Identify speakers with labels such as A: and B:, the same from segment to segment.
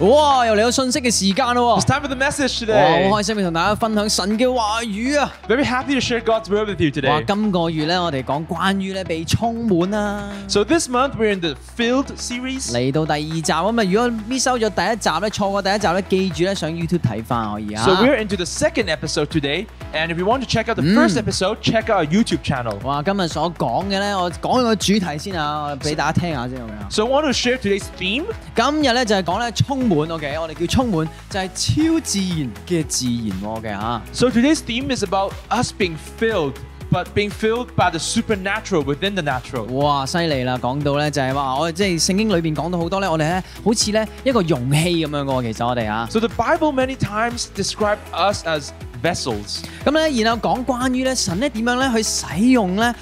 A: 哇！又嚟到信息嘅時間咯
B: It's
A: 喎，
B: time for the message
A: 哇！
B: today.
A: 好開心要同大家分享神嘅話語啊！
B: Very happy to share God's word with you
A: 哇！
B: today.
A: 今個月咧，我哋講關於咧被充滿啊，
B: So this month we're in the Filled series.
A: 嚟到第二集啊嘛。如果 miss 收咗第一集咧，錯過第一集咧，記住咧上 YouTube 睇翻可以啊。
B: So we're into the second episode today. And if you want to check out the first episode, check out our YouTube channel.
A: 哇！今日所講嘅咧，我講個主題先啊，我俾大家聽下先好唔好啊？
B: So I want to share today's theme.
A: 今日咧就係講咧充滿，OK，我哋叫充滿就係超自然嘅自然喎啊嘅嚇。
B: So today's theme is about us being filled, but being filled by the supernatural within the natural.
A: 哇，犀利啦！講到咧就係話，我哋即係聖經裏邊講到好多咧，我哋咧好似咧一個容器咁樣嘅喎，其實我哋啊，
B: So the Bible many times describes us as vessels.
A: 咁咧然後講關於咧神咧點樣咧去使用咧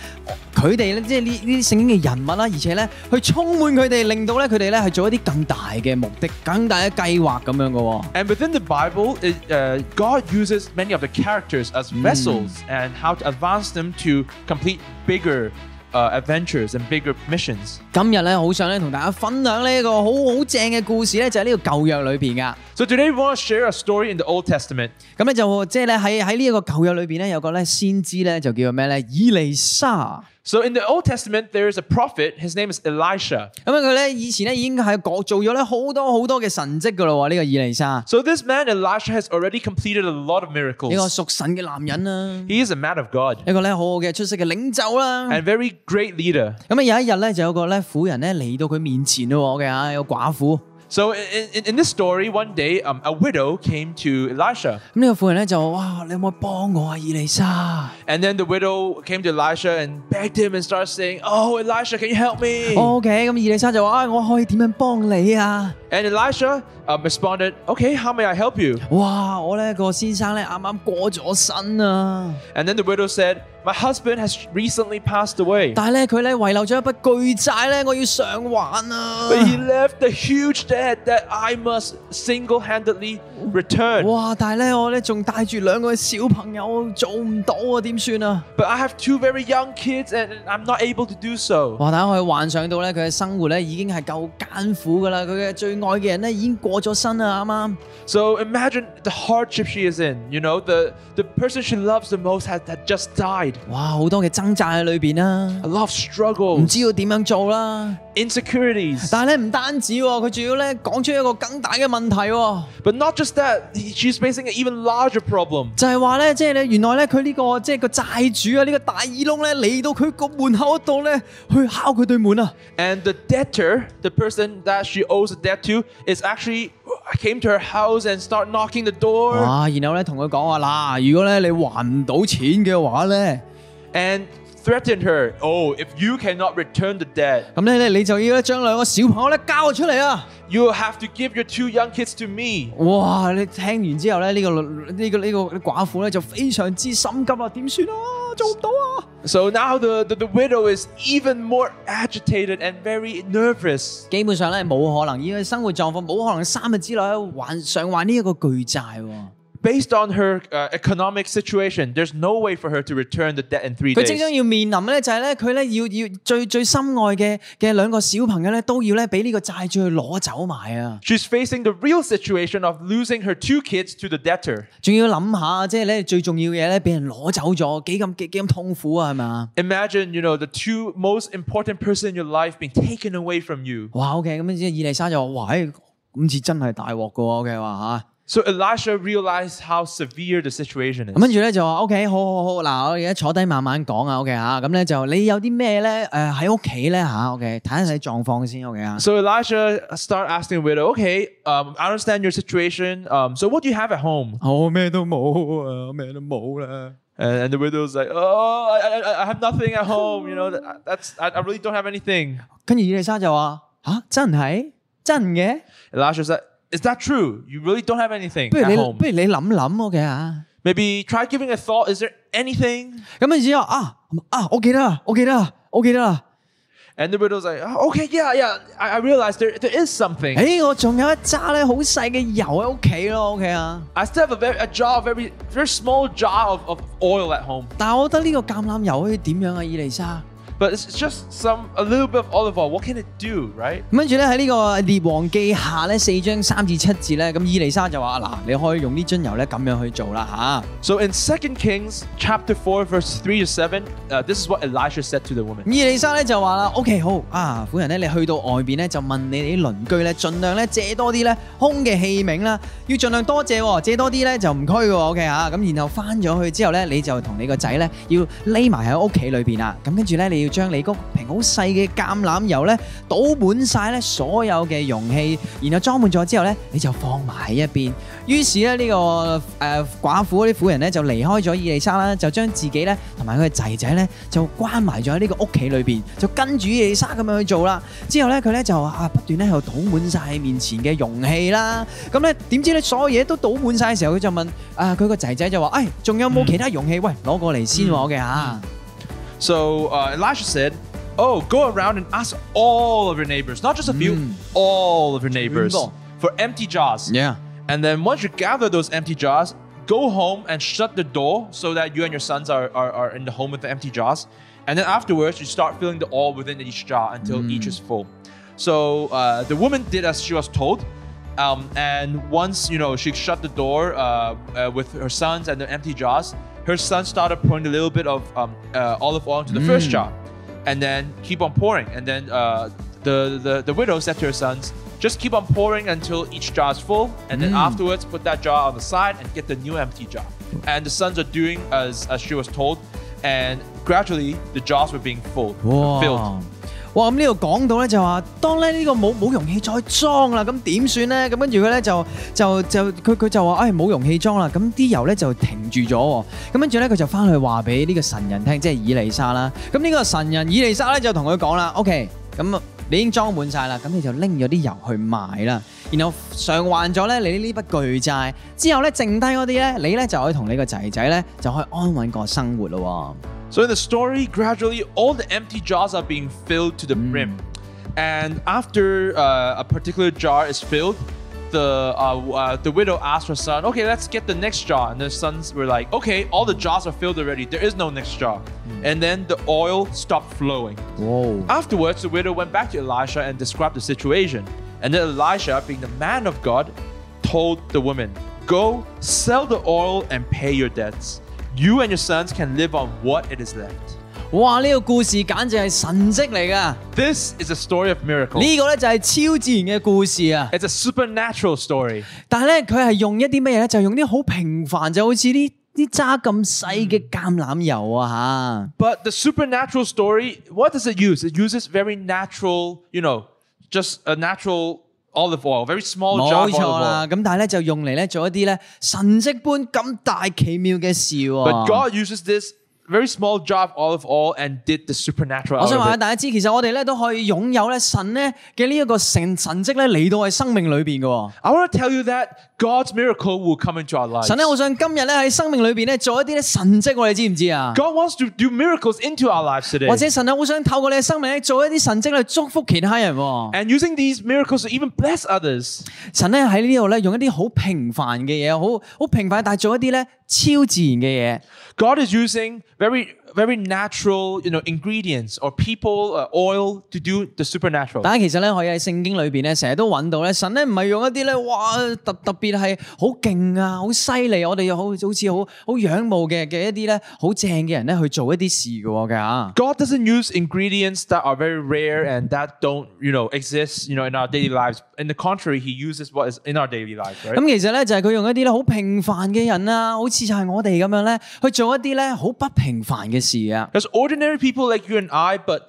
A: 佢哋咧，即係呢呢啲聖經嘅人物啦，而且咧去充滿佢哋，令到咧佢哋咧係做一啲更大嘅目的、更大嘅計劃咁樣嘅喎。
B: And within the Bible, it, uh, God uses many of the characters as vessels and how to advance them to complete bigger uh, adventures and bigger missions.
A: 今日咧好想咧同大家分享呢一個好好正嘅故事咧，就係呢個舊約裏邊噶。
B: So today we want to share a story in the Old Testament.
A: 咁咧就即係咧喺喺呢一個舊約裏邊咧有個咧先知咧就叫做咩咧以利沙。
B: So in the Old Testament, there is a prophet. His name is Elisha.
A: 咁啊佢咧以前咧已經係講做咗咧好多好多嘅神蹟噶啦喎，呢、個以利沙，
B: So this man Elisha has already completed a lot of
A: 一個
B: miracles.
A: 屬神嘅男人啦，
B: He is a man of God
A: 一個咧好好嘅出色嘅領袖啦。
B: and very great leader.
A: 咁啊有一日咧就有個咧婦人咧嚟到佢面前咯喎，嘅嚇有個寡婦。
B: So in, in, in this story, one day um, a widow came to Elisha,
A: 咁呢個婦人咧就哇，你可唔可以幫我啊，以利沙？
B: and then the widow came to Elisha and begged him and started saying, "Oh, Elisha, can you help me?"
A: O K，咁以利沙就話：，啊，我可以點樣幫你啊？
B: And Elisha um, responded, Okay, how may I help you?
A: 哇，我咧個先生咧啱啱過咗身啊，
B: And then the widow said, My husband has recently passed away,
A: 但係咧佢咧遺留咗一筆巨債咧，我要償還啊！
B: but he left a huge debt that I must single handedly return.
A: 哇！但係咧我咧仲帶住兩個小朋友，做唔到啊，點算啊？
B: But I have two very young kids and I'm not able to do so.
A: 哇！大家可以幻想到咧，佢嘅生活咧已經係夠艱苦噶啦，佢嘅最愛嘅人咧已經過咗身啦，啱啱。
B: So imagine the hardship she is in. You know, the, the person she loves the most had, had just died.
A: 哇！好多嘅掙扎喺裏邊啦，
B: A lot of
A: 唔
B: struggles,
A: 知道點樣做啦。
B: insecurities.
A: 但係咧唔單止喎，佢仲要咧講出一個更大嘅問題喎。
B: But not just that, he- she's facing an even larger problem.
A: 就係話咧，即係咧，原來咧佢呢個即係個債主啊，呢、個大耳窿咧嚟到佢個門口嗰度咧，去敲佢對門啊！
B: And the debtor, the person that she owes a debt to, is actually uh, came to her house and start knocking the door.
A: 哇！然後咧同佢講話嗱，如果咧你還唔到錢嘅話咧，
B: and threatened her. Oh, if you cannot return the debt,
A: 咁咧你就要咧將兩個小朋友咧交出嚟啊！
B: you will have to give your two young kids to me.
A: 哇！你聽完之後咧，呢、個呢、個呢、個寡婦咧就非常之心急啦，點算啊？做唔到啊！
B: So now the, the, the widow is even more agitated and very nervous.
A: 基本上咧冇可能，因為生活狀況冇可能三日之內還上還呢一個巨債喎、
B: Based on her uh, economic situation, there's no way for her to return the debt in three
A: 佢即
B: days.
A: 將要面臨咧，就係咧，佢咧要要最最心愛嘅嘅兩個小朋友咧，都要咧俾呢個債主去攞走埋啊！
B: She's facing the real situation of losing her two kids to the debtor.
A: 仲要諗下，即係咧最重要嘅嘢咧，俾人攞走咗，幾咁幾幾咁痛苦啊，係嘛？
B: Imagine, you know, the two most important person in your life being taken away from you.
A: 哇，OK，咁之後伊麗莎就話：，喂，咁似真係大鑊噶喎，OK 話
B: So Elisha realized how severe the situation
A: 嚇。咁
B: is.
A: 跟住咧就話：，OK，好好好，嗱，我而家坐低慢慢講啊，OK 嚇。咁咧就你有啲咩咧？誒喺屋企咧嚇，OK，睇一睇狀況先，OK 嚇。
B: So Elisha start asking the widow, okay, um, I understand your situation. Um, so what do you have at home?
A: 我哦咩都冇啊，我咩都冇啦。
B: And, and the widow's like, oh, I, I, I have nothing at home. You know, that- that's I, I really don't have anything.
A: 跟住伊麗莎就話：，嚇，真係真嘅？
B: Elisha's like, is that true? You really don't have anything
A: 不如
B: at
A: 你
B: home.
A: 不如你諗諗我嘅嚇。
B: Maybe try giving a thought. Is there anything?
A: 咁然之後啊啊，我記得啦，我記得啦，我記得啦。
B: And the widow's like, oh, okay, yeah, yeah. I, I realized there there is something.
A: 誒，我仲有一揸咧好細嘅油喺屋企咯，OK 啊。
B: I still have a, very, a jar, of very very small jar of, of oil at home.
A: 但係我覺得呢個橄欖油可以點樣啊，伊麗莎？
B: But it's just some a little bit of olive oil. What can it do, right?
A: 咁跟住咧喺呢個列王記下咧四章三至七節咧，咁以利沙就話：嗱，你可以用呢樽油咧咁樣去做啦
B: So in 2 Kings chapter 4 verse 3 to 7, uh, this is what Elisha said to the
A: 嚇。咁
B: woman.
A: 以利沙咧就話啦：OK 好啊，婦人咧你去到外邊咧就問你哋啲鄰居咧，盡量咧借多啲咧空嘅器皿啦，要盡量多借喎，借多啲咧就唔拘嘅喎，OK 嚇。咁然後翻咗去之後咧，你就同你個仔咧要匿埋喺屋企裏邊啊。咁跟住咧你要將你嗰瓶好細嘅橄欖油咧倒滿晒咧所有嘅容器，然後裝滿咗之後咧你就放埋一邊。於是咧呢、個誒、呃寡婦嗰啲婦人咧就離開咗以利沙啦，就將自己咧同埋佢嘅仔仔咧就關埋咗喺呢個屋企裏邊，就跟住以利沙咁樣去做啦。之後咧佢咧就啊不斷咧又倒滿晒面前嘅容器啦。咁咧點知咧所有嘢都倒滿晒嘅時候，佢就問啊佢個仔仔就話：，誒、仲有冇其他容器？喂，攞過嚟先喎我嘅啊嚇。
B: So uh, Elisha said, Oh, go around and ask all of your neighbors, not just a few,
A: Mm.
B: all of your neighbors,
A: Remember.
B: for empty jars.
A: Yeah.
B: And then once you gather those empty jars, go home and shut the door so that you and your sons are, are, are in the home with the empty jars. And then afterwards, you start filling the oil within each jar until each is full. So uh, the woman did as she was told. Um, and once you know she shut the door uh, uh, with her sons and the empty jars, her son started pouring a little bit of um, uh, olive oil into the first jar, and then keep on pouring. And then uh, the, the the widow said to her sons, "Just keep on pouring until each jar is full, and then afterwards put that jar on the side and get the new empty jar." And the sons are doing as as she was told, and gradually the jars were being full, filled.
A: 哇！哇！咁呢度講到咧就話，當咧呢個冇冇容器再裝啦，咁點算咧？咁跟住佢咧就就就佢佢就話：，唉、冇容器裝啦，咁啲油咧就停住咗喎。咁跟住咧佢就翻去話俾呢個神人聽，即係以利沙啦。咁呢個神人以利沙咧就同佢講啦：，OK，咁你已經裝滿晒啦，咁你就拎咗啲油去賣啦，然後償還咗咧你呢筆巨債之後咧，剩低嗰啲咧，你咧就可以同你個仔仔咧就可以安穩過生活咯喎。
B: So in the story, gradually all the empty jars are being filled to the brim, and after uh, a particular jar is filled, the uh, w- uh, the widow asked her son, "Okay, let's get the next jar." And the sons were like, "Okay, all the jars are filled already. There is no next jar." And then the oil stopped flowing.
A: 哇！
B: Afterwards, the widow went back to Elisha and described the situation. And then Elisha, being the man of God, told the woman, Go sell the oil and pay your debts. You and your sons can live on what it is left.
A: 哇！呢、個故事簡直係神蹟嚟噶，
B: This is a story of miracle.
A: 呢、個呢就係超自然嘅故事啊！
B: It's a supernatural story.
A: 但係呢，佢係用一啲乜嘢呢？就用啲好平凡，就好似呢啲渣咁細嘅橄欖油啊
B: But the supernatural story, what does it use? It uses very natural, you know, just a natural olive oil, very
A: 嚇！
B: small
A: 冇
B: jar of
A: 錯
B: olive oil.
A: 啦，咁但係呢，就用嚟呢做一啲呢神蹟般咁大奇妙嘅事喎、
B: But God uses this very small jar of olive oil and did the supernatural.
A: 我想
B: out of
A: 話
B: it.
A: 俾大家知，其實我哋呢都可以擁有呢神呢嘅呢一個神神蹟呢嚟到我哋生命裏邊嘅喎。
B: I want to tell you that God's miracle will come into our lives.
A: 神呢，我想今日呢喺生命裏邊呢做一啲呢神蹟，我哋知唔知啊？
B: God wants to do miracles into our lives today.
A: 或者神啊，好想透過你嘅生命咧，做一啲神蹟去祝福其他人喎。
B: And using these miracles to even bless others.
A: 神咧喺呢度咧，用一啲好平凡嘅嘢，好好平凡，但係做一啲咧超自然嘅嘢。
B: God is using very, very natural, you know, ingredients or people, uh, oil to do the supernatural.
A: 但係其實咧，可以喺聖經裏邊咧，成日都揾到咧，神咧唔係用一啲咧，哇特特別係好勁啊，好犀利，我哋又好好似好好仰慕嘅嘅一啲咧，好正嘅人咧去做一啲事嘅喎嘅嚇。
B: God doesn't use ingredients that are very rare and that don't, you know, exist, you know, in our daily lives. In the contrary, He uses what is in our daily lives, right?
A: 咁其實咧就係佢用一啲咧好平凡嘅人啊，好似就係我哋咁樣咧，去做一啲咧好不平凡嘅事啊。
B: There's ordinary people like you and I, but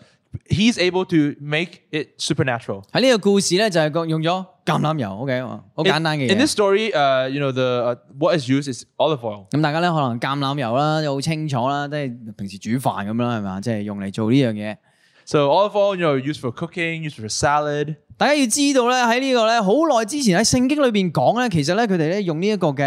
B: He's able to make it supernatural.
A: 喺呢個故事咧，就係個用咗橄欖油，OK，好哦
B: In-
A: 簡單嘅
B: In
A: 嘢。
B: this story, uh, you know, the uh, what is used is olive oil.
A: 咁大家咧可能橄欖油啦，又好清楚啦，即係平時煮飯咁啦，係嘛？即係用嚟做呢樣嘢。
B: So olive oil, you know, used for cooking, used for salad.
A: 大家要知道咧，喺呢個咧好耐之前喺聖經裏邊講咧，其實咧佢哋咧用呢一個嘅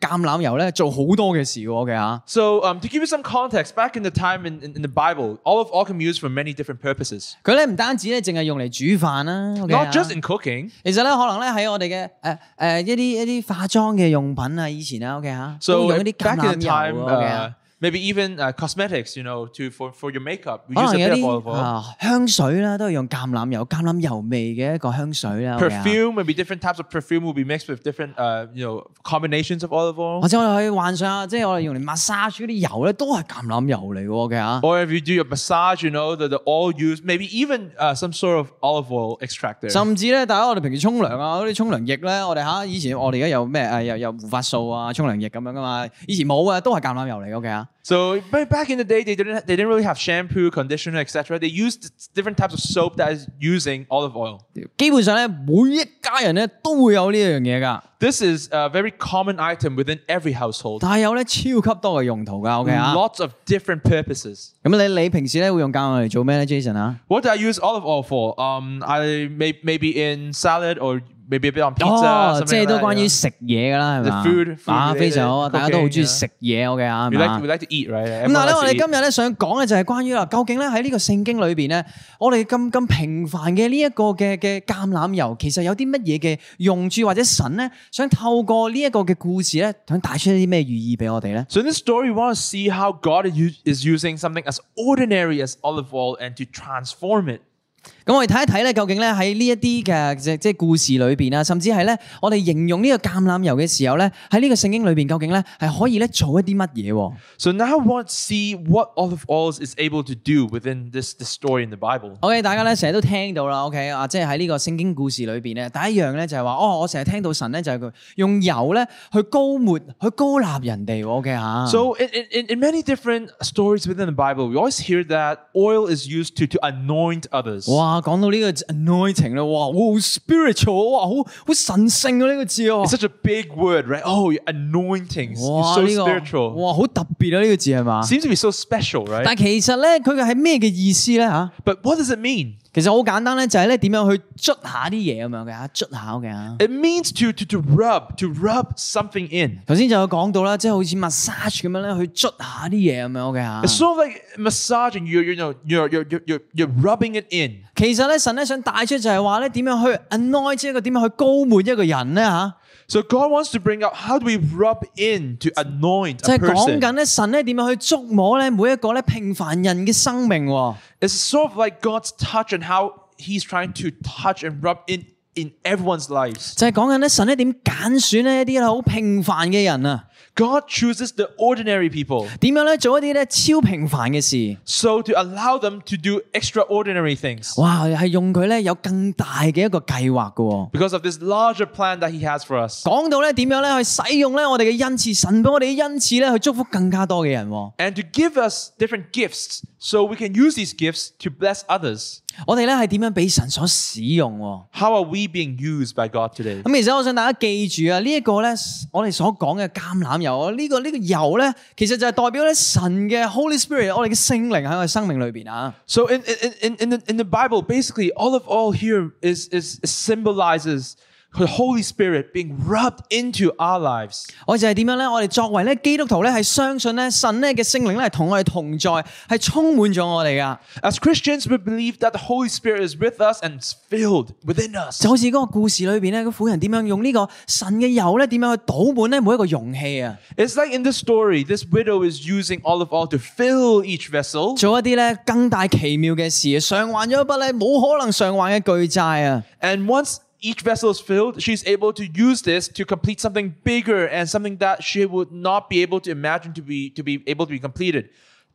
A: 橄欖油咧做好多嘅事喎，OK 嚇。
B: So um, to give you some context, back in the time in, in, in the Bible, olive oil can be used for many different purposes,
A: 佢咧唔單止咧淨係用嚟煮飯啦，OK 啊
B: not just in cooking.
A: 其實咧可能咧喺我哋嘅誒誒一啲一啲化妝嘅用品啊，以前啊，OK 嚇，
B: So
A: 都用一啲
B: back
A: 橄
B: in the
A: 欖
B: time,
A: 油喎，OK 啊
B: uh,。 Maybe even uh, cosmetics, you know, to for, for your makeup. We
A: 可
B: use a
A: 能有
B: bit of
A: 啲
B: olive oil.
A: 啊香水啦，都係用橄欖油、橄欖油味嘅一個香水啦。我哋啊
B: Perfume, maybe different types of perfume will be mixed with different, uh, you know, combinations of olive oil.
A: 或者我哋可以幻想下，即係我哋用嚟 massage 嗰啲油咧，都係橄欖油嚟嘅嚇。
B: Or if you do your massage, you know, the, the oil used, maybe even uh, some sort of olive oil extract there.
A: 甚至咧，大家我哋平時沖涼啊，嗰啲沖涼液咧，我哋嚇以前我哋而家有咩誒有有護髮素啊、沖涼液咁樣噶嘛，以前冇啊，都係橄欖油嚟嘅，OK 啊。
B: So ba- back in the day, they didn't they didn't really have shampoo, conditioner, etc. They used different types of soap that is using olive oil.
A: 基本上咧，每一家人咧都會有呢樣嘢㗎，
B: This is a very common item within every household.
A: 但係有咧超級多嘅用途㗎，OK 啊。
B: Lots of different purposes.
A: 咁你你平時咧會用橄欖油嚟做咩咧，Jason 啊？
B: What do I use olive oil for? Um, I may, maybe in salad or maybe a bit on pizza.
A: 哦，即係
B: something like
A: 都
B: that,
A: 關
B: you
A: 於
B: know.
A: 食嘢㗎啦，係嘛
B: The food- food
A: 啊，
B: related，
A: 非常好，大家都好中意
B: cooking 啊
A: 食嘢，OK 啊，係
B: We
A: 嘛
B: like we？like to eat, right?
A: 咁
B: Everyone
A: 但係咧，我哋
B: likes to eat.
A: 今日咧想講嘅就係關於啦，究竟咧喺呢個聖經裏邊咧，我哋咁咁平凡嘅呢一個嘅嘅橄欖油，其實有啲乜嘢嘅用處或者神咧，想透過呢一個嘅故事咧，想帶出一啲咩寓意俾我哋咧？
B: So in this story, we want to see how God is u- is using something as ordinary as olive oil and to transform it.
A: 咁我哋睇一睇咧，究竟咧喺呢一啲嘅即即係故事裏邊啊，甚至係咧我哋形容呢個橄欖油嘅時候咧，喺呢個聖經裏邊究竟咧係可以咧做一啲乜嘢喎？
B: So now we want to see what olive oils is able to do within this, this story in the Bible.
A: OK，大家咧成日都聽到啦，OK 啊，即係喺呢個聖經故事裏邊咧，第一樣咧就係話，哦，我成日聽到神咧就係佢用油咧去高抹、去高立人哋喎，OK 啊嚇。
B: So in, in- in, in many different stories within the Bible, we always hear that oil is used to, to anoint others.
A: 哇，講到呢個 anointing 咧，哇，哇好 spiritual，哇，好好神聖啊呢個字啊
B: It's，such a big word, right? Oh, anointings. You're
A: 哇
B: so
A: 呢個
B: spiritual.
A: 哇好特別啊呢個字係嘛？
B: Seems to be so special, right?
A: 但係其實咧，佢嘅係咩嘅意思咧嚇？
B: but what does it mean?
A: 其實好簡單咧，就係咧點樣去捽下啲嘢咁樣嘅嚇，捽下啊嘅嚇。
B: It means to, to, to rub, to rub something in.
A: 頭先就有講到啦，即係好似 massage 咁樣咧，去捽下啲嘢咁樣啊嘅嚇。
B: It's sort of like massaging. You're, you know, you're, you're, you're, you're, you're rubbing it in.
A: 其實咧，神咧想帶出就係話咧，點樣去 anoint 一個點樣去高滿一個人咧吓，
B: So God wants to bring up how do we rub in to anoint
A: 就
B: a
A: 係講
B: person?
A: 緊咧神咧點樣去觸摸咧每一個咧平凡人嘅生命喎。
B: It's sort of like God's touch and how He's trying to touch and rub in in everyone's lives.
A: 就係講緊咧神咧點揀選呢一啲好平凡嘅人啊，
B: God chooses the ordinary people
A: 點樣咧做一啲咧超平凡嘅事，
B: so to allow them to do extraordinary things
A: 哇係用佢咧有更大嘅一個計劃嘅喎。
B: because of this larger plan that He has for us.
A: 講到咧點樣咧去使用咧我哋嘅恩賜，神俾我哋嘅恩賜咧去祝福更加多嘅人喎。
B: And to give us different gifts so we can use these gifts to bless others.
A: 我哋咧係點樣俾神所使用喎？
B: How are we being used by God today?
A: 咁其實我想大家記住啊，呢、一個咧，我哋所講嘅橄欖油，呢、個呢、個油咧，其實就係代表咧神嘅 Holy Spirit，我哋嘅聖靈喺我哋生命裏邊啊。
B: So in in in in the, in the Bible, basically, olive oil here is is symbolizes the Holy Spirit being rubbed into our lives.
A: 我就係點樣咧？我哋作為咧基督徒咧，係相信咧神咧嘅聖靈咧係同我哋同在，係充滿咗我哋啊噶。
B: As Christians, we believe that the Holy Spirit is with us and is filled within us.
A: 就好似嗰個故事裏邊咧，個婦人點樣用呢個神嘅油咧，點樣去倒滿咧每一個容器啊，
B: It's like in this story, this widow is using olive oil to fill each vessel,
A: 做一啲咧更大奇妙嘅事，償還咗一筆咧冇可能償還嘅巨債啊！
B: and once each vessel is filled, she's able to use this to complete something bigger and something that she would not be able to imagine to be to be able to be completed,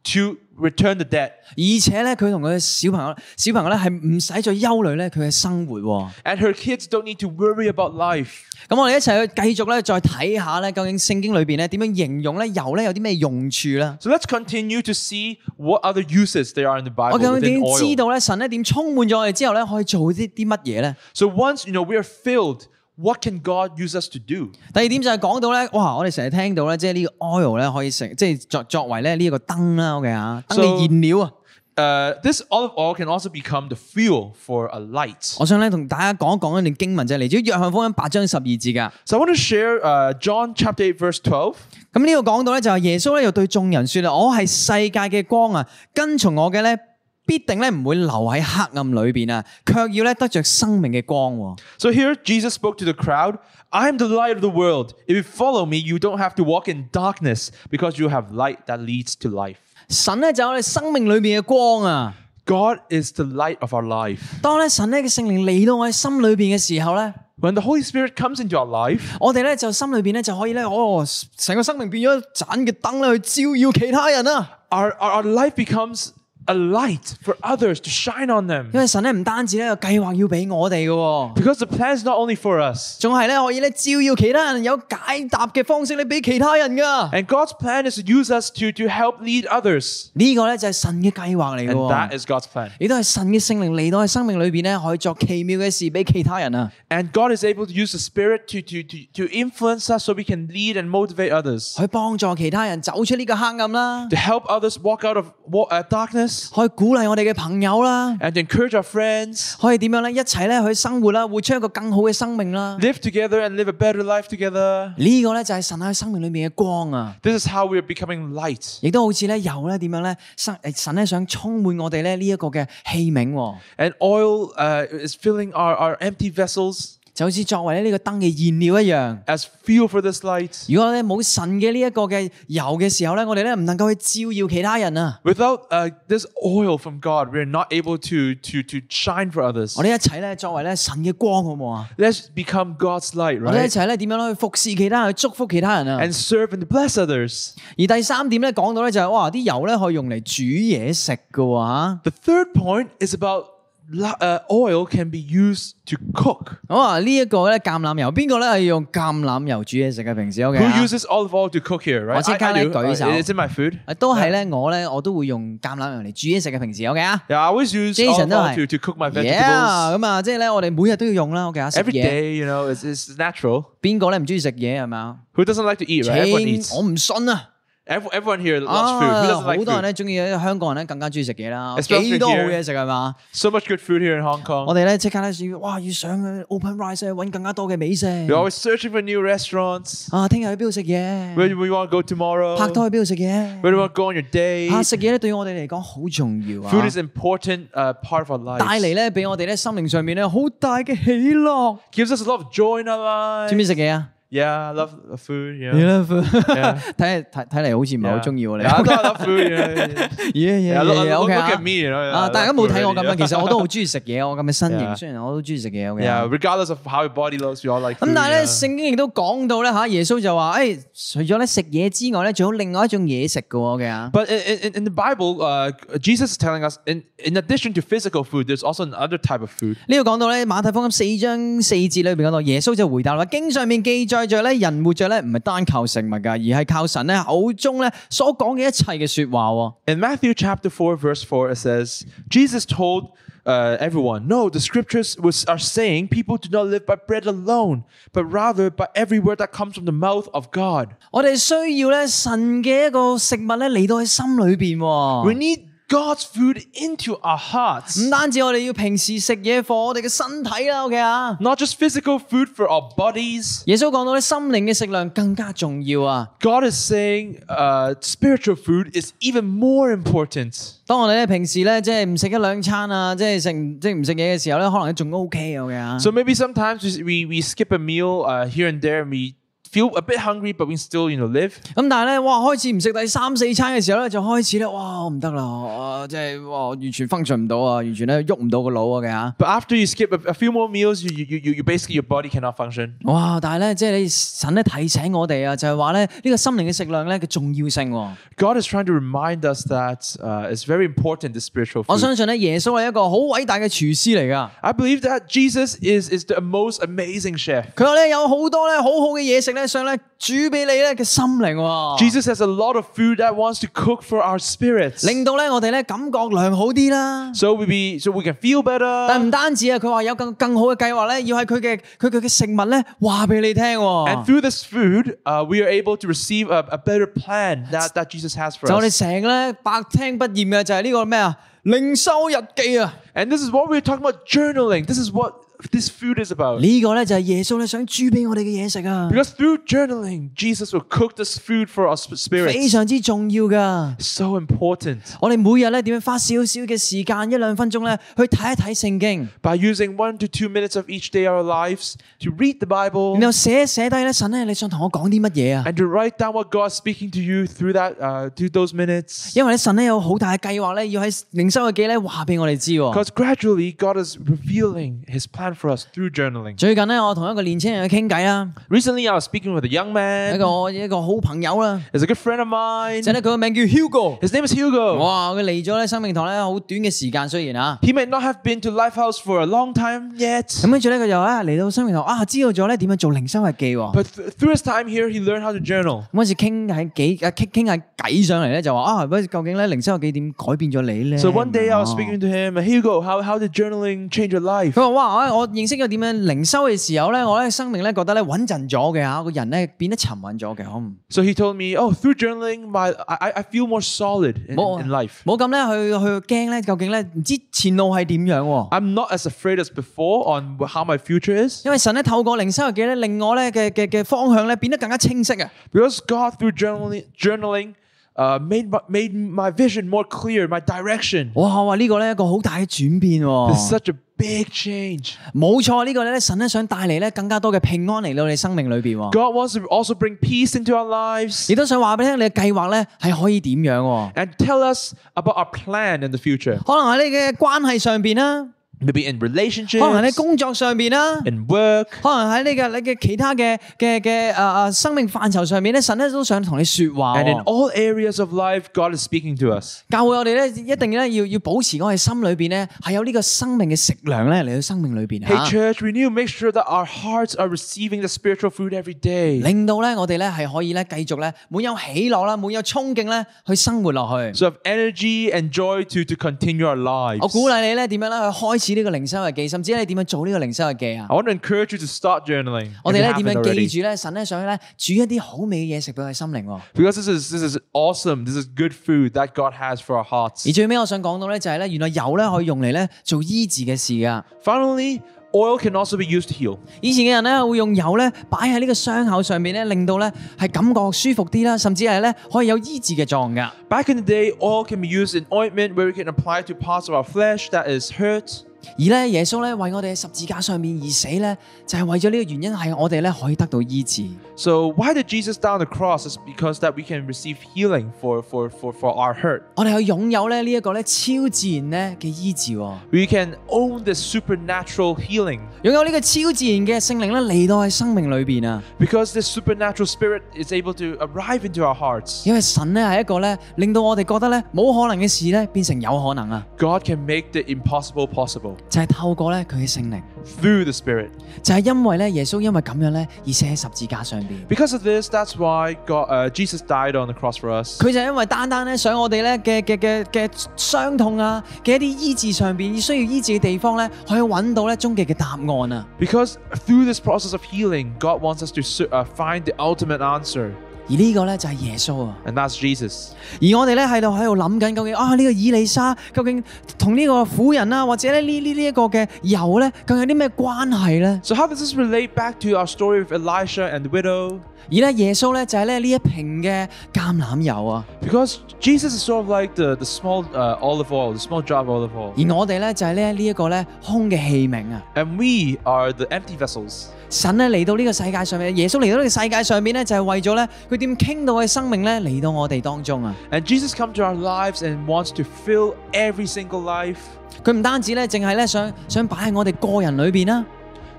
B: to return the debt.
A: 而且咧，佢同佢嘅小朋友，小朋友咧係唔使再憂慮咧佢嘅生活喎。
B: and her kids don't need to worry about life.
A: 咁我哋一齊去繼續咧，再睇下咧，究竟聖經裏邊咧點樣形容咧油咧有啲咩用處啦？
B: So let's continue to see what other uses there are in the
A: 我
B: Bible
A: 究竟
B: within
A: 點知
B: oil.
A: 道咧神咧點充滿咗我哋之後咧可以做啲啲乜嘢咧？
B: So once you know we are filled, what can God use us to do?
A: 第二點就係講到咧，哇！我哋成日聽到咧，即係呢個 oil 咧可以成，即係作作為咧呢一個燈啦，OK 啊，燈
B: So-
A: 嘅燃料啊。
B: Uh, this olive oil can also become the fuel for a light.
A: 我想咧同大家講一講一段經文，就係嚟自於約翰福音八章十二節噶。
B: So I want to share uh, John chapter 8, verse 12.
A: 咁呢度講到咧，就係耶穌咧又對眾人説啦：我係世界嘅光啊，跟從我嘅咧必定咧唔會留喺黑暗裏边啊，卻要咧得着生命嘅光喎。
B: So here Jesus spoke to the crowd I am the light of the world. If you follow me, you don't have to walk in darkness because you have light that leads to life.
A: 神咧就係我哋生命裏边嘅光啊！
B: God is the light of our life.
A: 當咧神咧嘅聖靈嚟到我哋心裏边嘅時候咧，
B: When the Holy Spirit comes into our life,
A: 我哋咧就心裏边咧就可以咧，哦，成個生命變咗一盞嘅燈咧，去照耀其他人啊！
B: our, our, our life becomes a light for others to shine on them.
A: 因為神咧唔單止咧有計劃要俾我哋嘅喎，
B: Because the plan is not only for us,
A: 仲係咧可以咧照耀其他人，有解答嘅方式咧俾其他人噶。
B: and God's plan is to use us to, to help lead others.
A: 呢個咧就係神嘅計劃嚟嘅
B: And that
A: 喎，
B: is God's plan.
A: 亦都係神嘅聖靈嚟到喺生命裏边咧，可以作奇妙嘅事俾其他人啊！
B: And God is able to use the Spirit to, to, to, to influence us so we can lead and motivate others,
A: 去幫助其他人走出呢個黑暗啦，
B: to help others walk out of wa- uh, darkness,
A: 可以鼓勵我哋嘅朋友啦，
B: and to encourage our friends,
A: 可以點樣咧一齊咧去生活啦，活出一個更好嘅生命啦。
B: live together and live a better life together.
A: 呢個咧就係神喺生命裏面嘅光啊！
B: This is how we are becoming light.
A: 亦都好似咧油咧點樣咧神神咧想充滿我哋咧呢一個嘅器皿喎，
B: And oil uh, is filling our, our empty vessels
A: 就好似作為咧呢個燈嘅燃料一樣。
B: as fuel for this light.
A: 如果咧冇神嘅呢一個嘅油嘅時候咧，我哋咧唔能夠去照耀其他人啊！
B: Without uh, this oil from God, we're not able to, to, to shine for others.
A: 我哋一齊咧作為咧神嘅光好唔好啊？
B: Let's become God's light,
A: 我哋一
B: right?
A: 齊咧點樣去服侍其他人，去祝福其他人啊！
B: And serve and bless others.
A: 而第三點咧講到咧就係、哇啲油咧可以用嚟煮嘢食嘅喎啊嚇
B: The third point is about la- uh, oil can be used to cook.
A: 好啊呢一個咧橄欖油，邊個咧係用橄欖油煮嘢食嘅？平時 OK 啊
B: Who uses olive oil to cook here, right?
A: 我即刻咧
B: do.
A: 舉手。
B: Uh, It's in my food.
A: 啊都係咧，我咧我都會用橄欖油嚟煮嘢食嘅。平時 OK 啊
B: Yeah, I always use
A: Jason
B: olive oil
A: 都係。
B: to, to cook my vegetables.
A: ？Yeah，咁啊，即係咧我哋每日都要用啦。OK 啊，食
B: Every
A: 嘢
B: day, you know, it's, it's natural.
A: 邊個咧唔中意食嘢係咪啊？
B: Who doesn't like to eat, right? Everyone
A: 請
B: eats.
A: 我唔信啊！
B: Every, everyone here loves
A: 啊，
B: food. Who
A: 好多人
B: doesn't like food?
A: 咧中意，香港人咧更加中意食嘢啦，
B: Especially
A: 幾多好
B: here
A: 嘢食係嘛？
B: So much good food here in Hong Kong.
A: 我哋咧即刻咧要哇要上去 Open Rice 去揾更加多嘅美食。
B: We're always searching for new restaurants.
A: 啊，聽日去邊度食嘢？
B: Where do we want to go tomorrow?
A: 拍拖去邊度食嘢？
B: Where do we want to go on your day?
A: 啊，食嘢咧對我哋嚟講好重要
B: Food
A: 啊
B: is！important uh, part of our
A: 帶
B: life.
A: 嚟咧俾我哋咧心靈上面咧好大嘅喜樂。
B: Gives us a lot of joy in our lives.
A: 中唔中意食嘢啊
B: Yeah, I love the food. Yeah.
A: 睇嚟睇睇嚟好似唔係
B: Yeah.
A: 好中意喎
B: Yeah, I
A: 你。
B: love- I love food. Yeah, yeah.
A: Yeah, yeah,
B: Yeah, look,
A: yeah, yeah,
B: look,
A: OK
B: look
A: 啊
B: at me, you know, yeah,
A: 啊！
B: I
A: 大家
B: love
A: 冇睇
B: food,
A: 我咁樣，其
B: yeah.
A: 實我都好中意食嘢，我咁嘅身
B: Yeah.
A: 形，雖然我都中意食嘢 OK 啊
B: Yeah, regardless of how your body looks, we all like
A: 咁
B: food.
A: 但係咧，
B: yeah.
A: 聖經亦都講到咧嚇，耶穌就話：，誒，除咗咧食嘢之外咧，仲有另外一種嘢食嘅喎嘅啊。
B: But in, in, in the Bible, uh, Jesus is telling us in, in addition to physical food, there's also another type of food.
A: 呢度講到咧馬太福音四章四節裏邊講到，耶穌就回答啦：經上面記載着咧，人活着咧唔係單靠食物㗎，而係靠神咧口中咧所講嘅一切嘅説話喎。
B: In Matthew chapter 4, verse 4, it says, Jesus told uh, everyone, No, the scriptures was, are saying people do not live by bread alone, but rather by every word that comes from the mouth of God.
A: 我哋需要咧神嘅一個食物咧嚟到喺心裏邊
B: We
A: 喎。
B: need God's food into our hearts.
A: 唔單止我哋要平時食嘢放我哋嘅身體啦，OK 啊。
B: Not just physical food for our bodies.
A: 耶穌講到咧心靈嘅食量更加重要啊。
B: God is saying uh, spiritual food is even more important.
A: 當我哋咧平時咧即係唔食一兩餐啊，即係食唔即係唔食嘢嘅時候咧，可能仲 O K 嘅啊。
B: So maybe sometimes we, we, we skip a meal uh, here and there and we feel a bit hungry, but we still, you know, live.
A: 咁但係咧，哇開始唔食第三四餐嘅時候咧，就開始咧，哇我唔得啦，我即係哇我完全 function 唔到啊，完全咧喐唔到個腦啊嘅啊。
B: But after you skip a, a few more meals, you, you, you, you basically your body cannot function.
A: 哇！但係咧，即係你神咧提醒我哋啊，就係話咧呢個心靈嘅食量咧嘅重要性喎。
B: God is trying to remind us that uh, it's very important the spiritual
A: 我
B: food.
A: 相信咧耶穌係一個好偉大嘅廚師嚟㗎。
B: I believe that Jesus is is the most amazing chef.
A: 佢話咧有好多咧好好嘅嘢食咧，想咧煮俾你咧嘅心靈喎。
B: Jesus has a lot of food that wants to cook for our spirits,
A: 令到咧我哋咧感覺良好啲啦。
B: so we be so we can feel
A: 但
B: better.
A: 唔單止啊，佢話有更更好嘅計劃咧，要喺佢嘅佢佢嘅食物咧話俾你聽
B: And
A: 喎。
B: through this food, uh, we are able to receive a, a better plan that, that Jesus has for
A: 就我哋
B: us.
A: 成日咧百聽不厭嘅就係呢個咩啊？靈修日記啊！啊
B: And this is what we're talking about journaling. This is what this food is about.
A: 呢個咧就係耶穌咧想煮俾我哋嘅嘢食啊，
B: Because through journaling, Jesus will cook this food for our sp-
A: 非
B: spirits.
A: 常之重要噶。
B: So important.
A: 我哋每日咧點樣花少少嘅時間一兩分鐘咧去睇一睇聖經，
B: By using one to two minutes of each day of our lives to read the
A: 然
B: Bible
A: 後寫一寫低咧神咧你想同我講啲乜嘢啊？
B: and to write down what God's speaking to you through that, uh, through those minutes.
A: 因為咧神咧有好大嘅計劃咧，要喺靈修日記咧話俾我哋知喎。
B: Because gradually, God is revealing His plan for us through journaling.
A: 最近咧，我同一個年青人去傾偈啦，
B: Recently, I was speaking with a young
A: 一
B: man.
A: 個我一個好朋友啦，
B: He's a good friend of mine.
A: 就咧佢個名叫 Hugo。
B: His name is Hugo.
A: 哇！佢嚟咗咧生命堂咧好短嘅時間，雖然啊，
B: He may not have been to Lifehouse for a long time yet,
A: 咁跟住咧佢就啊嚟到生命堂啊，知道咗咧點樣做靈修日記喎。
B: but th- through his time here, he learned how to journal.
A: 咁嗰時傾喺幾啊傾傾下偈上嚟咧，就話啊，喂，究竟咧靈修有幾點改變咗你咧？
B: So one day I was
A: 咁樣
B: speaking to him, Hugo, how, how did journaling change your life?
A: 佢話：哇！我我認識咗點樣靈修嘅時候咧，我咧生命咧覺得咧穩陣咗嘅嚇，個人咧變得沉穩咗嘅，嗯
B: So he told me, oh, through journaling, my I, I- I feel more solid in,
A: More-
B: in life.
A: 冇咁咧去去驚咧，究竟咧唔知前路係點樣喎？
B: I'm not as afraid as before on wh- how my future is
A: 因為神咧透過靈修日記咧，令我咧嘅嘅嘅方向咧變得更加清晰啊！
B: because God through journaling journaling uh, made my, made my vision more clear, my direction.
A: 哇！我話呢個咧一個好大嘅轉變喎，
B: It's such a big change.
A: 冇錯，呢個咧神咧想帶嚟咧更加多嘅平安嚟到你生命裏邊喎，
B: God wants to also bring peace into our lives
A: 亦都想話俾你聽，你嘅計劃咧係可以點樣喎？
B: and tell us about our plan in the future.
A: 可能喺你嘅關係上邊啦，
B: Maybe in
A: 可
B: relationships,
A: 能喺你工作上邊啦。
B: in work,
A: 可能喺呢個你嘅其他嘅嘅嘅誒誒生命範疇上面咧，神咧都想同你説話
B: and in
A: 喎。
B: all areas of life, God is speaking to us.
A: 教會我哋咧一定咧要要保持我哋心裏邊咧係有呢個生命嘅食糧咧嚟到生命裏邊
B: Hey,
A: 嚇，
B: church, renew. Make sure that our hearts are receiving the spiritual food every day.
A: 令到咧我哋咧係可以咧繼續咧滿有喜樂啦，滿有衝勁咧去生活落去。
B: So have energy and joy to, to continue our lives.
A: 我鼓勵你咧點樣咧去開始呢個靈修日記，甚至你點樣做呢個靈修日記啊
B: I！want to encourage you to start journaling. if
A: 我哋
B: you
A: 咧點樣
B: haven't already.
A: 記住咧神咧想咧煮一啲好味嘅嘢食俾我哋心靈喎。
B: Because this is this is awesome. This is good food that God has for our
A: 而
B: hearts.
A: 最尾我想講到咧就係咧原來油咧可以用嚟咧做醫治嘅事㗎。
B: Finally, oil can also be used to heal.
A: 以前嘅人咧會用油咧擺喺呢個傷口上面咧，令到咧係感覺舒服啲啦，甚至係咧可以有醫治嘅作用噶。
B: Back in the day, oil can be used in ointment where we can apply to parts of our flesh that is hurt.
A: 而咧耶穌咧為我哋喺十字架上面而死咧，就係、為咗呢個原因係我哋咧可以得到醫治。
B: So why did Jesus die on the cross? It's because that we can receive healing for for for, for our hurt.
A: 我哋去擁有咧呢一個咧超自然咧嘅醫治、喎，
B: We can own this supernatural healing
A: 擁有呢個超自然嘅聖靈咧嚟到喺生命裏邊啊！
B: because this supernatural spirit is able to arrive into our hearts.
A: 因為神咧係一個咧令到我哋覺得咧冇可能嘅事咧變成有可能啊！
B: God can make the impossible possible
A: 就係、透過咧佢嘅聖靈，
B: through the spirit.
A: 就係、因為咧耶穌因為咁樣咧而死喺十字架上邊。
B: Because of this, that's why God, uh, Jesus died on the cross for us.
A: 佢就因為單單咧想我哋咧嘅嘅嘅嘅傷痛啊嘅一啲醫治上邊需要醫治嘅地方咧，可以揾到咧終極嘅答案啊！
B: Because through this process of healing, God wants us to su- uh, find the ultimate answer,
A: 而呢個咧就係耶穌啊！
B: and that's Jesus.
A: 而我哋咧喺度喺度諗緊，究竟啊呢個以利沙究竟同呢個婦人啊，或者咧呢呢呢一個嘅油咧，究竟有啲咩關係咧？
B: So how does this relate back to our story with Elisha and the widow?
A: 而咧耶穌咧就係咧呢一瓶嘅橄欖油啊，
B: Because Jesus is sort of like the, the small uh, olive oil, the small jar of olive oil.
A: 而我哋咧就係咧呢一個咧空嘅器皿啊！
B: And we are the empty vessels.
A: 神咧嚟到呢個世界上面，耶穌嚟到呢個世界上面咧，就係為咗咧佢點傾到嘅生命咧嚟到我哋當中啊！
B: And Jesus comes to our lives and wants to fill every single life,
A: 佢唔單止咧，淨係咧想想擺喺我哋個人裏邊啦，啊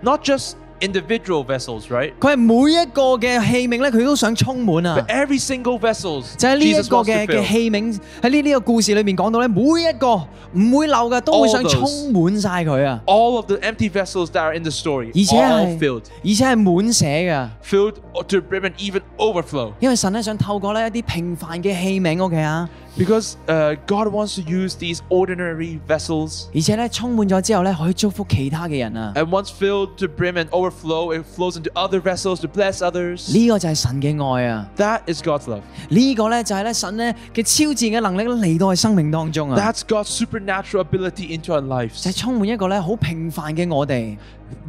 B: not just individual vessels, right?
A: 佢係每一個嘅器皿咧，佢都想充滿啊
B: But！every single vessels
A: 就喺呢一
B: Jesus
A: 個
B: wants
A: 嘅
B: to
A: 嘅
B: fill.
A: 器皿喺呢呢個故事裏面講到咧，每一個唔會漏嘅都會想
B: All those
A: 充滿晒佢啊！
B: All of the empty vessels that are in the story,
A: 而且
B: all
A: 係
B: filled,
A: 而且係滿寫嘅，
B: filled to brim and even overflow.
A: 因為神咧想透過呢一啲平凡嘅器皿，OK 啊，
B: Because uh, God wants to use these ordinary vessels,
A: 而且咧充滿咗之後咧，可以祝福其他嘅人啊！
B: and once filled to brim and overflow, it flows into other vessels to bless others.
A: 呢個就係神嘅愛啊！
B: That is God's love.
A: 呢個咧就係咧神咧嘅超自然嘅能力咧嚟到喺生命當中啊！
B: That's God's supernatural ability into our
A: 就係
B: lives.
A: 充滿一個咧好平凡嘅我哋，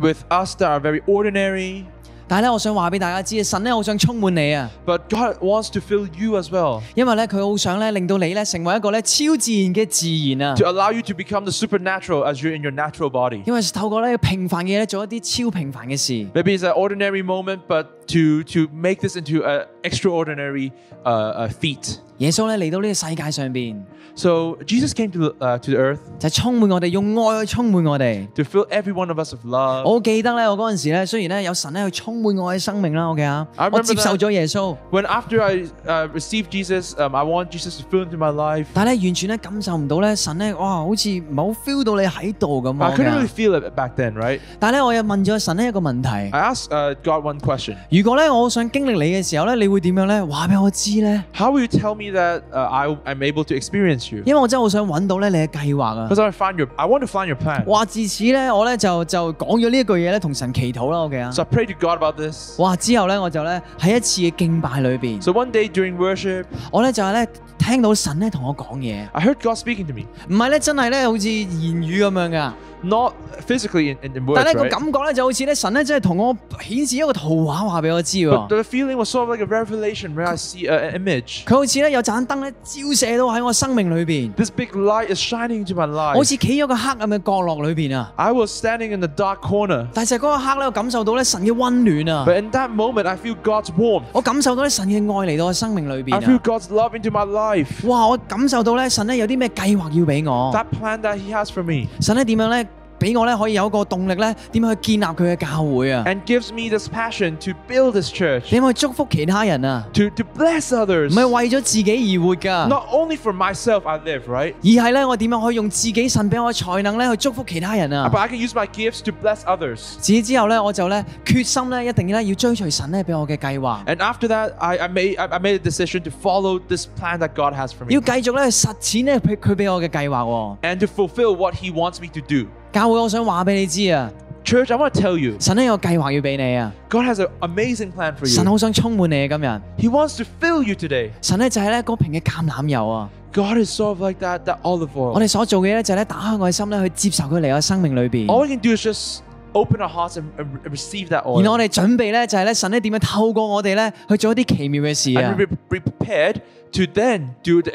B: With us that are very ordinary,
A: 但係咧我想話俾大家知，神咧好想充滿你啊！
B: but God wants to fill you as well,
A: 因為咧佢好想咧令到你咧成為一個咧超自然嘅自然啊！
B: to allow you to become the supernatural as you're in your natural body.
A: 因為透過咧平凡嘅嘢咧做一啲超平凡嘅事。
B: Maybe it's an ordinary moment, but to to make this into an extraordinary uh, uh, feat.
A: 耶穌咧嚟到呢個世界上邊，
B: So Jesus came to the, uh, to the earth
A: 就係充滿我哋，用愛去充滿我哋。
B: to fill every one of us with love.
A: 我記得咧，我嗰陣時咧，雖然咧有神咧去充滿我嘅生命啦，OK 啊
B: I，remember
A: 我接受咗耶穌，
B: When after I uh, received Jesus, um, I want Jesus to fill into my life.
A: 但係咧完全咧感受唔到咧神咧，哇，好似唔係好 feel 到你喺度咁
B: I couldn't
A: 啊
B: really。feel it back then, right?
A: 但係咧，我又問咗神呢一個問題：
B: I asked uh, God one question.
A: 如果咧我想經歷你嘅時候咧，你會點樣咧？話俾我知咧，
B: How will you tell me that uh, I am able to experience you?
A: 因為我真係好想揾到咧你嘅計劃啊！
B: Because I find your, I want to find your plan.
A: 哇，自此咧，我咧就就講咗呢一句嘢咧，同神祈禱啦，OK 啊
B: So！I prayed to God about this.
A: 哇，之後咧我就咧喺一次嘅敬拜裏邊，
B: So one day during worship,
A: 我咧就係咧聽到神咧同我講嘢，
B: I heard God speaking to me,
A: 唔係咧真係咧好似言語咁樣噶，
B: not physically in, in, in
A: 但係咧
B: words,
A: 個
B: right?
A: 感覺咧就好似咧神咧真係同我顯示一個圖畫話俾我知喎，
B: But the feeling was sort of like a revelation where I see a, an image.
A: 佢好似咧有盞燈咧照射到喺我生命裏邊，
B: This big light is shining into my
A: 好
B: life.
A: 似企咗個黑暗嘅角落裏邊啊！
B: I was standing in the dark corner,
A: 但係就係嗰個刻咧，我感受到咧神嘅温暖啊！
B: but in that moment, I feel God's warmth.
A: 我感受到咧神嘅愛嚟到我生命裏邊
B: I feel
A: 啊！
B: God's love into my life.
A: 哇！我感受到咧神咧有啲咩計劃要俾我，
B: That plan that He has for me,
A: 神咧點樣咧俾我咧可以有一個動力咧點樣去建立佢嘅教會啊？
B: and gives me this passion to build this church,
A: 點樣去祝福其他人啊？
B: to to bless
A: 唔
B: others.
A: 係為咗自己而活㗎，
B: Not only for myself I live, right?
A: 而係咧我點樣可以用自己神俾我嘅才能咧去祝福其他人啊
B: But？I can use my gifts to bless others.
A: 自此之後咧，我就咧決心咧一定咧要追隨神咧俾我嘅計劃，
B: And after that, I, I made I I made a decision to follow this plan that God has for
A: 要
B: me
A: 繼續咧實踐咧佢佢俾我嘅計劃喎。
B: and to fulfill what He wants me to do.
A: 教會，我想話俾你知啊，
B: Church, I want to tell you,
A: 神咧有個計劃要俾你啊！
B: God has an amazing plan for
A: 神
B: you.
A: 好想充滿你啊！今日
B: He wants to fill you today.
A: 神咧就係咧嗰瓶嘅橄欖油啊！
B: God is sort of like that that olive
A: 我
B: oil.
A: 哋所做嘅咧就係咧打開我嘅心咧去接受佢嚟我生命裏邊。
B: All we can do is just open our hearts and, and re- receive
A: 然
B: that
A: 後
B: oil.
A: 我哋準備咧就係咧神咧點樣透過我哋咧去做一啲奇妙嘅事
B: And
A: 啊！
B: we be be prepared to then do the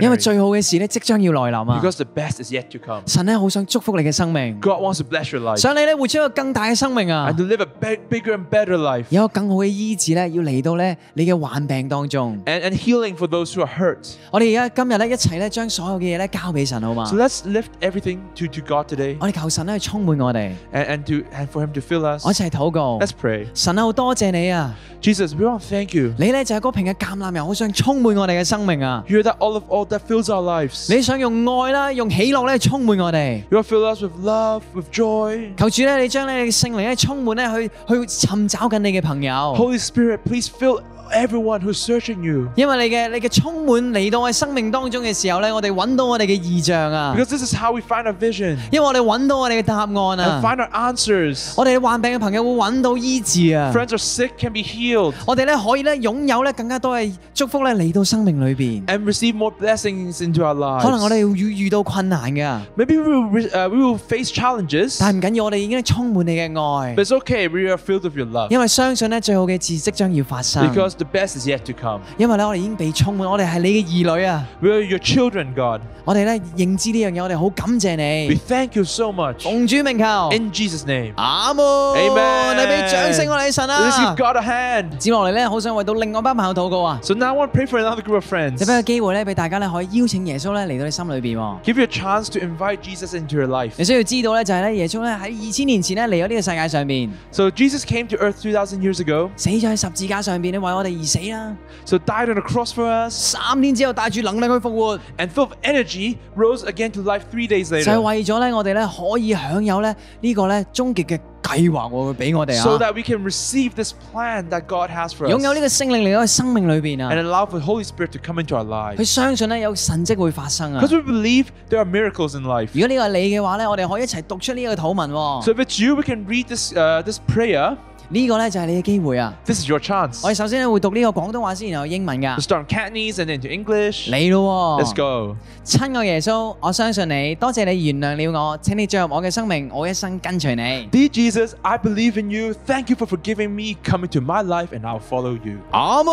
A: 因為
B: extraordinary.
A: 最好嘅事咧即將要來臨啊！
B: Because the best is yet to come.
A: 神咧好想祝福你嘅生命，
B: God wants to bless your life
A: 想你咧活出一個更大嘅生命啊
B: and！to live a be- bigger and better life
A: 有一個更好嘅醫治咧要嚟到咧你嘅患病當中。
B: and, and healing for those who are hurt.
A: 我哋而家今日咧一齊咧將所有嘅嘢咧交俾神好嘛
B: So？let's lift everything to, to God today
A: 我哋求神咧去充滿我哋，
B: and, and, to, and for Him to fill us.
A: 我一齊禱告。
B: Let's pray.
A: 神啊，好多謝你啊！
B: Jesus, we want to thank you.
A: 你咧就係嗰瓶嘅橄欖油，好想充滿我哋嘅生命啊！
B: You're that olive oil that fills our lives.
A: 你想用愛啦，用喜樂咧充滿我哋。
B: You want to fill us with love, with joy.
A: 求主咧，你將你嘅聖靈咧充滿咧，去去尋找緊你嘅朋友，
B: Holy Spirit, please fill everyone who's searching you.
A: 因為你嘅你嘅充滿嚟到我哋生命當中嘅時候咧，我哋揾到我哋嘅異象啊，
B: Because this is how we find our vision
A: 因為我哋揾到我哋嘅答案
B: and
A: 啊，
B: find our answers.
A: 我哋患病嘅朋友會揾到醫治啊，
B: Friends are sick, can be healed,
A: 我哋咧可以咧擁有咧更加多嘅祝福咧嚟到生命裏邊，
B: and receive more blessings into our
A: 可能我
B: lives.
A: 哋會遇遇到困難嘅，
B: Maybe we will, re- uh, we will face challenges,
A: 但係
B: but
A: 唔緊要，我哋已經充滿你嘅愛，
B: it's okay. We are filled with your love
A: 因為相信咧最好嘅事即將要發生，
B: because the best is yet to come.
A: 因為咧我哋已經被充滿，我哋係你嘅兒女啊，
B: We are your children, God.
A: 我哋咧認知呢樣嘢，我哋好感謝
B: We
A: 你。
B: thank you so much.
A: 奉主名求，
B: In Jesus' name.
A: 阿門。
B: Amen
A: 你俾掌聲我哋嘅神
B: Let's give
A: 啊！
B: God a hand.
A: 接落嚟咧，好想為到另外一班朋友禱告啊！
B: So now I want to pray for another group of friends.
A: 就俾個機會咧，俾大家咧可以邀請耶穌咧嚟到你心裏邊喎。
B: Give you a chance to invite Jesus into your life.
A: 你需要知道咧，就係咧耶穌咧喺二千年前咧嚟咗呢個世界上邊，
B: So Jesus came to earth 2,000 years ago.
A: 死咗喺十字架上邊咧為我哋而死啦。
B: So died on a cross for us
A: 三天之後帶住能力去復活，
B: and full of energy rose again to life three days
A: 就係
B: later.
A: 為咗咧我哋咧可以享有咧呢個咧終極嘅計劃喎，會俾我哋
B: so
A: 啊，
B: that we can receive this plan that God has for
A: 擁有呢
B: us
A: 個聖靈嚟到喺生命裏邊
B: and
A: 啊，
B: allow for the Holy Spirit to come into our
A: 去
B: lives.
A: 相信咧有神蹟會發生啊。
B: Because we believe there are miracles in life.
A: 如果呢個係你嘅話咧，我哋可以一齊讀出呢個禱文喎。
B: So if it's you, we can read this uh, this prayer.
A: 呢個咧就係你嘅機會啊！
B: This is your chance.
A: 我哋
B: Let's
A: 首先咧會讀呢個廣東話先，然後英文噶。
B: start in Cantonese and then to English.
A: 你咯
B: Let's
A: 喎，
B: go.
A: 親愛耶穌，我相信你，多謝你原諒了我，請你進入我嘅生命，我一生跟隨你。
B: Dear Jesus, I believe in you. Thank you for forgiving me. Come into my life and I'll follow you.
A: 阿門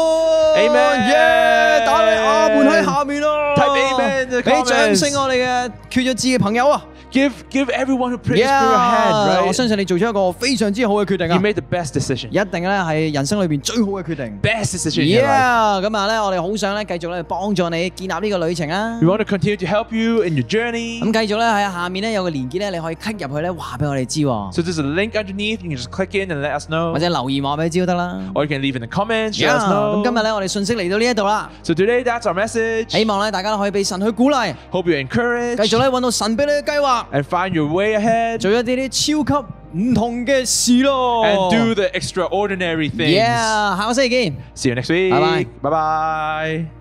B: Amen
A: 耶！打你阿門喺下面咯，
B: Type Amen in the
A: 俾
B: comments
A: 掌聲我哋嘅缺咗字嘅朋友啊
B: Give give everyone who prays
A: y
B: for a hand,
A: 我
B: right?
A: 相信你做咗一個非常之好嘅決定
B: You
A: 啊！
B: made the best decision.
A: 一定咧係人生裏邊最好嘅決定。
B: Best decision in your life.
A: Yeah，咁啊咧，我哋好想咧繼續咧幫助你建立呢個旅程啊
B: We。want to continue to help you in your journey.
A: 咁繼續咧喺下面咧有個連結咧，你可以 click 入去咧話俾我哋知喎，
B: So there's a link underneath. You can just click in and let us know.
A: 或者留言話俾你知都得啦。
B: Or you can leave in the comments.
A: Yeah，
B: Let us
A: 咁今日
B: know.
A: 咧我哋信息嚟到呢一度啦，
B: So today, that's our message.
A: 希望咧大家都可以俾神去鼓勵，
B: Hope you're
A: 繼
B: encouraged
A: 續咧揾到神俾你嘅計劃，
B: and find your way ahead
A: 做一啲啲超級唔同嘅事咯。
B: and do the extraordinary things.
A: Oh. Yeah，下個星期見。
B: See you next week.
A: Bye-bye.
B: Bye bye.